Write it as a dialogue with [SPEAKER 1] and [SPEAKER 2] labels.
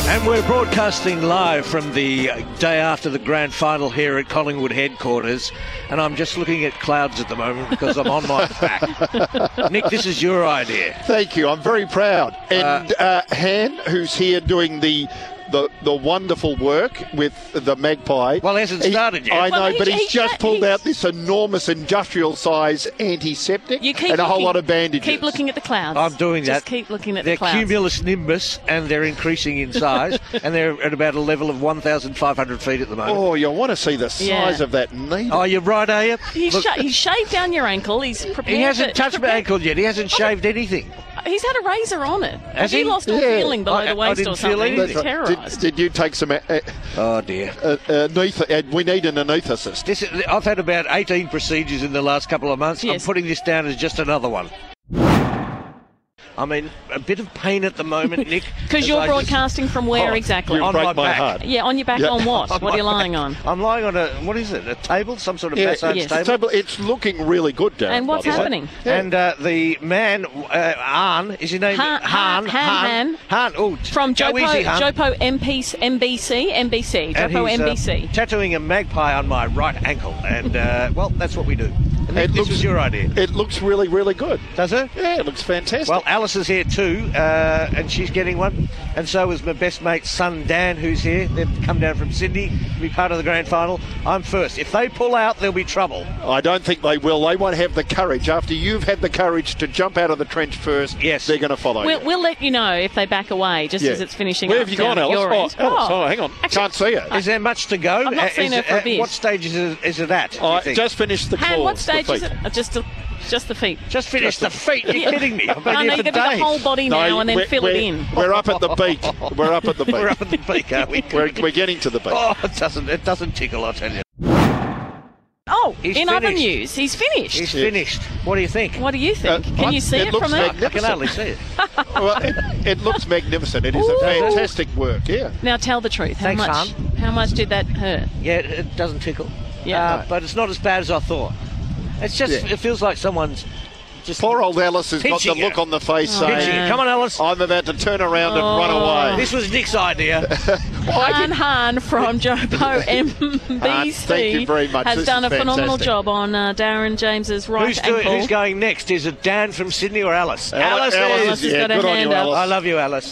[SPEAKER 1] And we're broadcasting live from the day after the grand final here at Collingwood headquarters. And I'm just looking at clouds at the moment because I'm on my back. Nick, this is your idea.
[SPEAKER 2] Thank you. I'm very proud. And uh, Han, who's here doing the the, the wonderful work with the magpie.
[SPEAKER 1] Well, it hasn't
[SPEAKER 2] He-
[SPEAKER 1] started yet.
[SPEAKER 2] I know,
[SPEAKER 3] Well,
[SPEAKER 2] but
[SPEAKER 3] he-
[SPEAKER 2] he's
[SPEAKER 3] he-
[SPEAKER 2] just pulled
[SPEAKER 3] he's-
[SPEAKER 2] out this enormous industrial size antiseptic
[SPEAKER 3] You keep
[SPEAKER 2] and a whole
[SPEAKER 3] looking-
[SPEAKER 2] lot of bandages.
[SPEAKER 3] Keep looking at the clouds.
[SPEAKER 1] I'm doing that.
[SPEAKER 3] Just keep looking at
[SPEAKER 1] they're
[SPEAKER 3] the clouds.
[SPEAKER 1] cumulus nimbus, and they're increasing in size, and they're at about a level of 1,500 feet at the moment.
[SPEAKER 2] Oh, you want to see the
[SPEAKER 3] Yeah.
[SPEAKER 2] size of that needle.
[SPEAKER 1] Oh, you're right, are you?
[SPEAKER 3] He's,
[SPEAKER 1] Look,
[SPEAKER 3] sha- he's shaved down your ankle. He's prepared.
[SPEAKER 1] he hasn't
[SPEAKER 3] to-
[SPEAKER 1] touched my ankle yet. He hasn't shaved anything.
[SPEAKER 3] He's had a razor on it.
[SPEAKER 1] Has he?
[SPEAKER 3] lost all
[SPEAKER 2] Yeah.
[SPEAKER 3] feeling below
[SPEAKER 1] I- I
[SPEAKER 3] the waist
[SPEAKER 1] didn't
[SPEAKER 3] or
[SPEAKER 1] feel
[SPEAKER 3] something.
[SPEAKER 1] anything.
[SPEAKER 3] He's
[SPEAKER 1] That's
[SPEAKER 2] Did,
[SPEAKER 3] terrorised.
[SPEAKER 2] did you take some uh, uh,
[SPEAKER 1] Oh, dear.
[SPEAKER 2] uh, aneth- uh, we need an anaesthetist.
[SPEAKER 1] This is, I've had about 18 procedures in the last couple of months.
[SPEAKER 3] Yes.
[SPEAKER 1] I'm putting this down as just another one. I mean, a bit of pain at the moment, Nick.
[SPEAKER 3] Because
[SPEAKER 1] as
[SPEAKER 3] you're
[SPEAKER 1] I just-
[SPEAKER 3] broadcasting from where
[SPEAKER 1] Oh,
[SPEAKER 3] exactly?
[SPEAKER 2] You
[SPEAKER 1] on
[SPEAKER 2] break
[SPEAKER 1] my
[SPEAKER 2] my,
[SPEAKER 1] back.
[SPEAKER 2] heart.
[SPEAKER 3] yeah, on your back
[SPEAKER 2] Yeah.
[SPEAKER 3] on what?
[SPEAKER 1] On
[SPEAKER 3] what are you
[SPEAKER 1] my
[SPEAKER 3] lying
[SPEAKER 1] back.
[SPEAKER 3] on?
[SPEAKER 1] I'm lying on a, what is it, a table? Some sort of
[SPEAKER 2] Yeah,
[SPEAKER 1] massage
[SPEAKER 3] Yes.
[SPEAKER 1] table?
[SPEAKER 2] So, but it's looking really good, Darren.
[SPEAKER 3] And what's
[SPEAKER 2] by the way.
[SPEAKER 3] happening?
[SPEAKER 1] And uh, the man, uh, Han, is his name?
[SPEAKER 3] Han-
[SPEAKER 1] Han.
[SPEAKER 3] Han- Han-
[SPEAKER 1] Han. Oh,
[SPEAKER 3] From
[SPEAKER 1] go
[SPEAKER 3] Jopo,
[SPEAKER 1] easy, Han.
[SPEAKER 3] Jopo MP, MBC, MBC,
[SPEAKER 1] And
[SPEAKER 3] Jopo
[SPEAKER 1] he's, uh,
[SPEAKER 3] MBC.
[SPEAKER 1] tattooing a magpie on my right ankle. And, uh, well, that's what we do. And
[SPEAKER 2] It
[SPEAKER 1] this
[SPEAKER 2] looks-
[SPEAKER 1] was your idea.
[SPEAKER 2] It looks really, really good.
[SPEAKER 1] Does it?
[SPEAKER 2] Yeah, it looks fantastic.
[SPEAKER 1] Well, Alice is here too, uh, and she's getting one. And so is my best mate's son Dan, who's here. They've come down from Sydney to be part of the grand final. I'm first. If they pull out, there'll be trouble.
[SPEAKER 2] I don't think they will. They won't have the courage. After you've had the courage to jump out of the trench first,
[SPEAKER 1] Yes.
[SPEAKER 2] they're going to follow
[SPEAKER 3] We'll,
[SPEAKER 2] you.
[SPEAKER 3] we'll let you know if they back away just as it's finishing.
[SPEAKER 2] Where
[SPEAKER 3] up
[SPEAKER 2] have you
[SPEAKER 3] down
[SPEAKER 2] gone,
[SPEAKER 3] at
[SPEAKER 2] Alice?
[SPEAKER 3] your
[SPEAKER 2] Oh,
[SPEAKER 3] end.
[SPEAKER 2] Alice, oh, hang on.
[SPEAKER 3] actually-
[SPEAKER 2] Can't see her.
[SPEAKER 1] Is there much to go?
[SPEAKER 3] I've not
[SPEAKER 1] Uh,
[SPEAKER 3] seen
[SPEAKER 1] is-
[SPEAKER 3] her for a
[SPEAKER 1] uh,
[SPEAKER 3] bit.
[SPEAKER 1] What stage is it, is it at? do you
[SPEAKER 2] I
[SPEAKER 1] think?
[SPEAKER 2] just finished the
[SPEAKER 3] Han,
[SPEAKER 2] claws,
[SPEAKER 3] what
[SPEAKER 2] the
[SPEAKER 3] stage
[SPEAKER 2] feet.
[SPEAKER 3] is it? Oh, Just, the- just the feet.
[SPEAKER 1] just finished the feet. You're
[SPEAKER 3] Yeah.
[SPEAKER 1] kidding me. I've been
[SPEAKER 3] no,
[SPEAKER 1] here for
[SPEAKER 3] no, you got to do the
[SPEAKER 1] days.
[SPEAKER 3] whole body now and then
[SPEAKER 2] we're-
[SPEAKER 3] fill it
[SPEAKER 2] we're-
[SPEAKER 3] in.
[SPEAKER 2] We're up at the beak. We're up at the beak.
[SPEAKER 1] We're up at the peak, are uh, we?
[SPEAKER 2] We're- we're getting to the beak.
[SPEAKER 1] Oh, it doesn't. It doesn't tickle. I tell you.
[SPEAKER 3] Oh,
[SPEAKER 1] He's
[SPEAKER 3] in other
[SPEAKER 1] finished.
[SPEAKER 3] news, he's finished.
[SPEAKER 1] He's finished. What do you think?
[SPEAKER 3] What do you think?
[SPEAKER 2] Uh,
[SPEAKER 3] Can
[SPEAKER 2] I-
[SPEAKER 3] you see
[SPEAKER 2] it
[SPEAKER 3] it,
[SPEAKER 2] looks
[SPEAKER 3] from there?
[SPEAKER 2] magnificent.
[SPEAKER 1] I can hardly see it.
[SPEAKER 2] well, it, it looks magnificent. It is a
[SPEAKER 3] Ooh.
[SPEAKER 2] fantastic work. Yeah.
[SPEAKER 3] Now tell the truth. How
[SPEAKER 1] Thanks,
[SPEAKER 3] much? How much did that hurt?
[SPEAKER 1] Yeah, it, it doesn't tickle.
[SPEAKER 3] Yeah.
[SPEAKER 1] Uh, but it's not as bad as I thought. It's just
[SPEAKER 2] Yeah.
[SPEAKER 1] it feels like someone's just
[SPEAKER 2] Poor old Oh. Alice has got the
[SPEAKER 1] Pinching her.
[SPEAKER 2] look on the face
[SPEAKER 3] Oh,
[SPEAKER 1] pinching
[SPEAKER 2] saying,
[SPEAKER 1] it. Come on, Alice.
[SPEAKER 2] I'm about to turn around and run away.
[SPEAKER 1] This was Nick's idea.
[SPEAKER 3] Han Han from Jobo MBC
[SPEAKER 2] thank you very much.
[SPEAKER 3] has
[SPEAKER 2] This
[SPEAKER 3] done a
[SPEAKER 2] is
[SPEAKER 3] phenomenal
[SPEAKER 2] fantastic.
[SPEAKER 3] job on uh, Darren James's right
[SPEAKER 1] who's
[SPEAKER 3] ankle.
[SPEAKER 1] doing? Who's going next? Is it Dan from Sydney or Alice?
[SPEAKER 2] Al-
[SPEAKER 1] Alice,
[SPEAKER 2] Alice
[SPEAKER 1] is-
[SPEAKER 3] Alice has
[SPEAKER 2] yeah,
[SPEAKER 3] got her
[SPEAKER 2] good on
[SPEAKER 3] hand
[SPEAKER 2] you,
[SPEAKER 3] up.
[SPEAKER 2] Alice.
[SPEAKER 1] I love you, Alice.